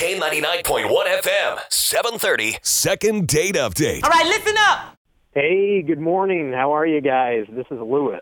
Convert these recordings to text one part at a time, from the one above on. K99.1 FM, 730. Second date update. All right, listen up. Hey, good morning. How are you guys? This is Lewis.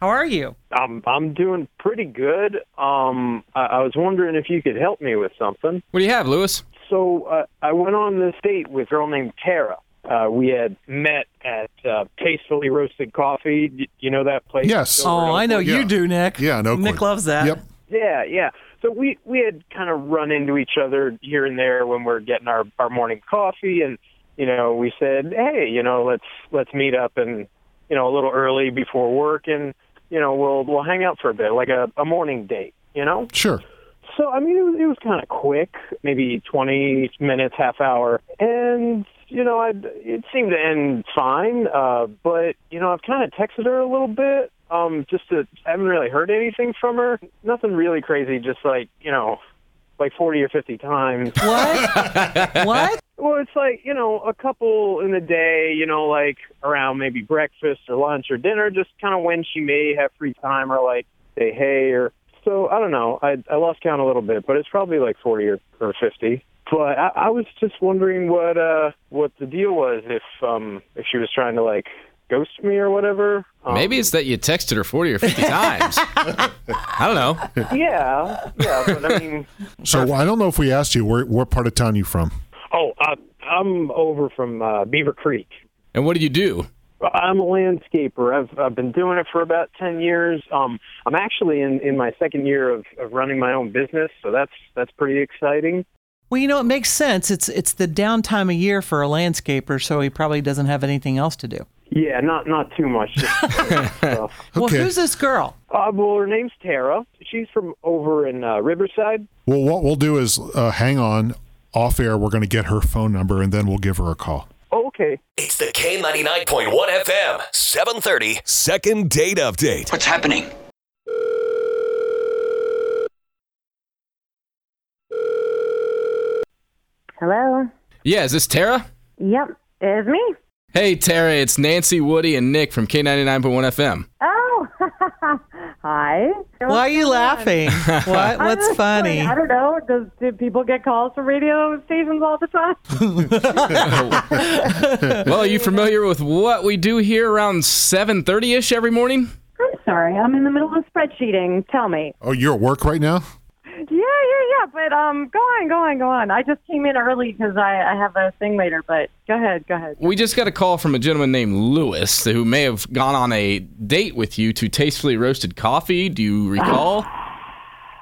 How are you? I'm I'm doing pretty good. Um, I, I was wondering if you could help me with something. What do you have, Lewis? So uh, I went on this date with a girl named Tara. Uh, we had met at uh, Tastefully Roasted Coffee. Y- You know that place? Yes. Over in Oh, I know Yeah. you do, Nick. Yeah, no. Nick loves that. Yep. Yeah, yeah. So we we had kind of run into each other here and there when we are getting our our morning coffee, and you know we said, hey, you know let's let's meet up and you know a little early before work, and you know we'll we'll hang out for a bit, like a, a morning date, you know. Sure. So I mean, it was, it was kind of quick, maybe twenty minutes, half hour, and you know, I it seemed to end fine. Uh, but you know, I've kind of texted her a little bit, um, just to I haven't really heard anything from her. Nothing really crazy, just like you know, like forty or fifty times. What? what? Well, it's like you know, a couple in the day, you know, like around maybe breakfast or lunch or dinner, just kind of when she may have free time or like say hey or so. I don't know. I I lost count a little bit, but it's probably like forty or, or fifty. But I, I was just wondering what uh what the deal was if um if she was trying to like ghost me or whatever. Um, Maybe it's that you texted her 40 or 50 times. I don't know. yeah, yeah. But I mean, So I don't know if we asked you where what part of town you from. oh, I, I'm over from uh, Beaver Creek. And what did you do? I'm a landscaper. I've, I've been doing it for about ten years. Um, I'm actually in, in my second year of, of running my own business, so that's that's pretty exciting. Well, you know, it makes sense. It's it's the downtime of year for a landscaper, so he probably doesn't have anything else to do. Yeah, not not too much. Just stuff. Well, Okay. who's this girl? Uh, well, her name's Tara. She's from over in uh, Riverside. Well, what we'll do is uh, hang on off air. We're going to get her phone number and then we'll give her a call. Oh, okay. It's the K99.1 FM, 730. Second date update. What's happening? Hello. Yeah, is this Tara? Yep, it's me. Hey, Tara, it's Nancy, Woody, and Nick from K99.1 FM. Oh, hi. Why are you laughing? What? I What's was funny? like, I don't know. Does do people get calls from radio stations all the time? Well, are you familiar with what we do here around 7.30ish every morning? I'm sorry, I'm in the middle of spreadsheeting. Tell me. Oh, you're at work right now? Yeah, yeah, yeah. But um, go on, go on, go on. I just came in early because I, I have a thing later. But go ahead, go ahead. We just got a call from a gentleman named Lewis who may have gone on a date with you to tastefully roasted coffee. Do you recall?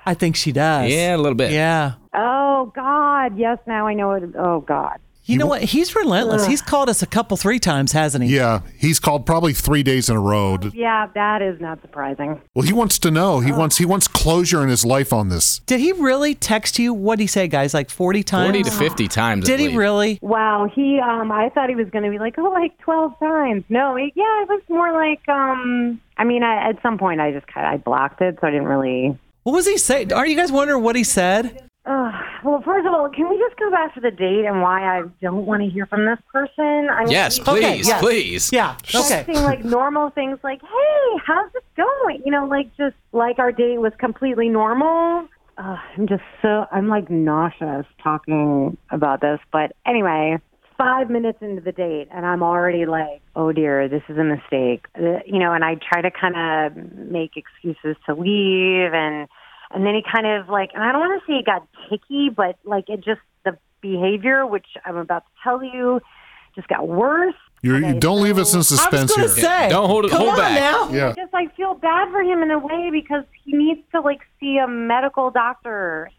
I think she does. yeah, a little Ah, bit. Yeah. Oh God, yes. Now I know it. Oh God. You know what? He's relentless. He's called us a couple three times, hasn't he? Yeah. He's called probably three days in a row. Yeah, that is not surprising. Well, he wants to know. Oh. He wants he wants closure in his life on this. Did he really text you? What would he say, guys? Like 40 times? 40 to 50 times. I Did he believe. really? Wow, he um I thought he was going to be like oh like 12 times. No, it, yeah, it was more like um I mean, I, at some point I just kind I blocked it, so I didn't really What was he saying? Are you guys wondering what he said? Ugh. Well, first of all, can we just go back to the date and why I don't want to hear from this person? I mean, Yes, he's please, Okay, yes. please. Yeah. Okay. Texting like normal things like, "Hey, how's it going?" You know, like just like our date was completely normal. Ugh, I'm just so I'm like nauseous talking about this, but anyway, five minutes into the date, and I'm already like, "Oh dear, this is a mistake," Uh, you know. And I try to kind of make excuses to leave, and and then he kind of like, and I don't want to say he got ticky, but like it just the behavior, which I'm about to tell you, just got worse. You're, you don't leave us in I was suspense going here. to say. Don't hold it- Come hold on back. now. Yeah. I just I feel bad for him in a way because he needs to like see a medical doctor.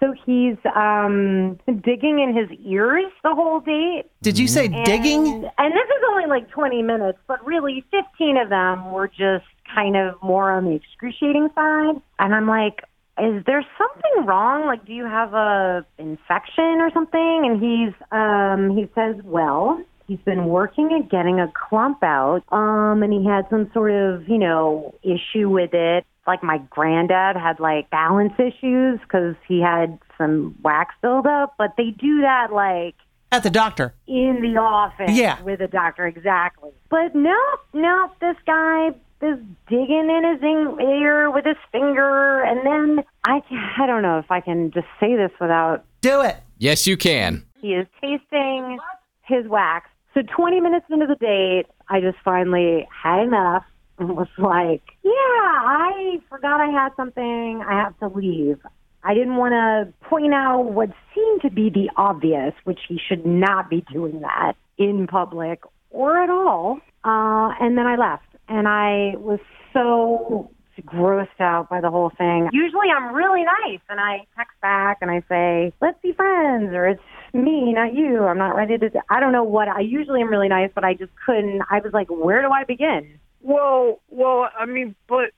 So he's um digging in his ears the whole date. Did you say and- digging? And this is only like 20 minutes, but really 15 of them were just kind of more on the excruciating side. And I'm like, is there something wrong? Like, do you have a infection or something? And he's, um, he says, well, he's been working at getting a clump out. Um, and he had some sort of, you know, issue with it. Like my granddad had like balance issues because he had some wax buildup, but they do that like At the doctor. in the office Yeah. with a doctor exactly but no no this guy this digging in his in- ear with his finger, and then I ca- I don't know if I can just say this without Do it. Yes, you can. he is tasting his wax. So 20 minutes into the date, I just finally had enough and was like, yeah, I forgot I had something. I have to leave. I didn't want to point out what seemed to be the obvious, which he should not be doing that in public or at all. Uh, and then I left. And I was so grossed out by the whole thing. Usually I'm really nice and I text back and I say, let's be friends or it's me, not you. I'm not ready to, I don't know what, I usually am really nice, but I just couldn't. I was like, where do I begin? Well, well, I mean, but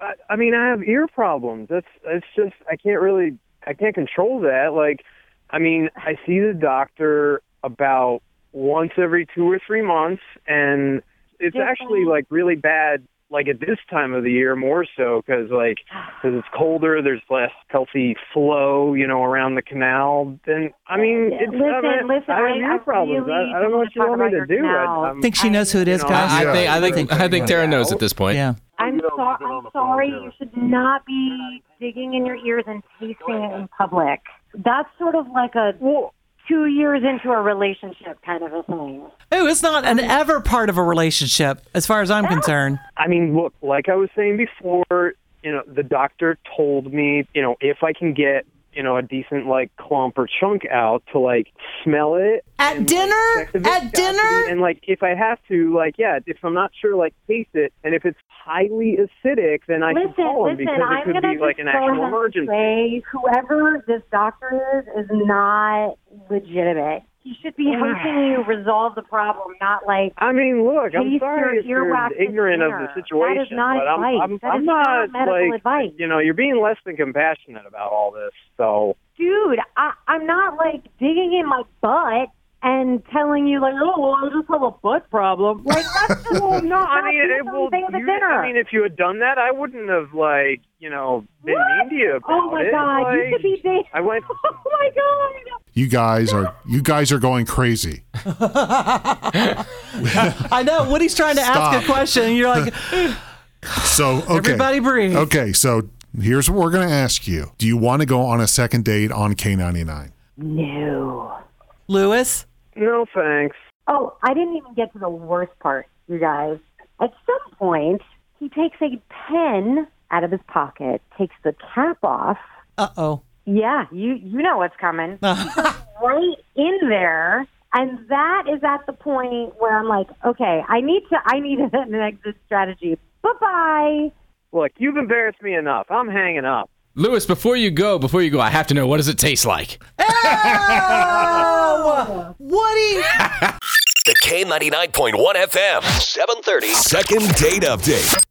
I, I mean, I have ear problems. That's it's just I can't really I can't control that. Like, I mean, I see the doctor about once every two or three months, and it's Yeah. actually like really bad. Like at this time of the year, more so because like because it's colder, there's less healthy flow, you know, around the canal. Then I mean, it's Listen, I mean, listen, I have I- ear I problems. really I, I don't know what you don't want wanna me talk to about do. your I, canal. I'm- I think she knows who it is, You know, guys. I, Yeah. I think I think I think Tara knows at this point. yeah. I'm, so, I'm sorry. You should not be digging in your ears and tasting it in public. That's sort of like a two years into a relationship kind of a thing. Ooh, it's not an ever part of a relationship, as far as I'm concerned. I mean, look, like I was saying before, you know, the doctor told me, you know, if I can get, you know, a decent like clump or chunk out to like smell it At dinner? check the At viscosity, dinner? and like if I have to, like yeah, if I'm not sure, like taste it, and if it's highly acitic, then I listen, should call him listen, because I'm it could gonna be like an just go ahead actual and emergency. Say whoever this doctor is is not legitimate. He should be helping you resolve the problem, not like I mean, look, I'm Taste sorry your if you're earwax is ignorant of the there. That is situation, not but I'm, advice. I'm, That I'm is not medical like, advice. you know, you're being less than compassionate about all this. So, dude, I, I'm not like digging in my butt and telling you like, oh, well, I just have a butt problem. Like that's just well, No, I mean, it, will. things at you- dinner. I mean, if you had done that, I wouldn't have like you know been What? in India about oh my it. god, you Like, should be dating. I went. Oh my god. You guys are you guys are going crazy. I know. Woody's trying to ask Stop. a question, and you're like, So okay, everybody breathe. Okay, so here's what we're gonna ask you: Do you want to go on a second date on K99? No. Lewis? No thanks. Oh, I didn't even get to the worst part, you guys. At some point, he takes a pen out of his pocket, takes the cap off. Uh oh. Yeah, you you know what's coming. right in there. And that is at the point where I'm like, okay, I need to I need an exit strategy. Bye bye. Look, you've embarrassed me enough. I'm hanging up. Lewis, before you go, before you go, I have to know what does it taste like? Oh! Woody! The K99.1 FM, 730. Second date update.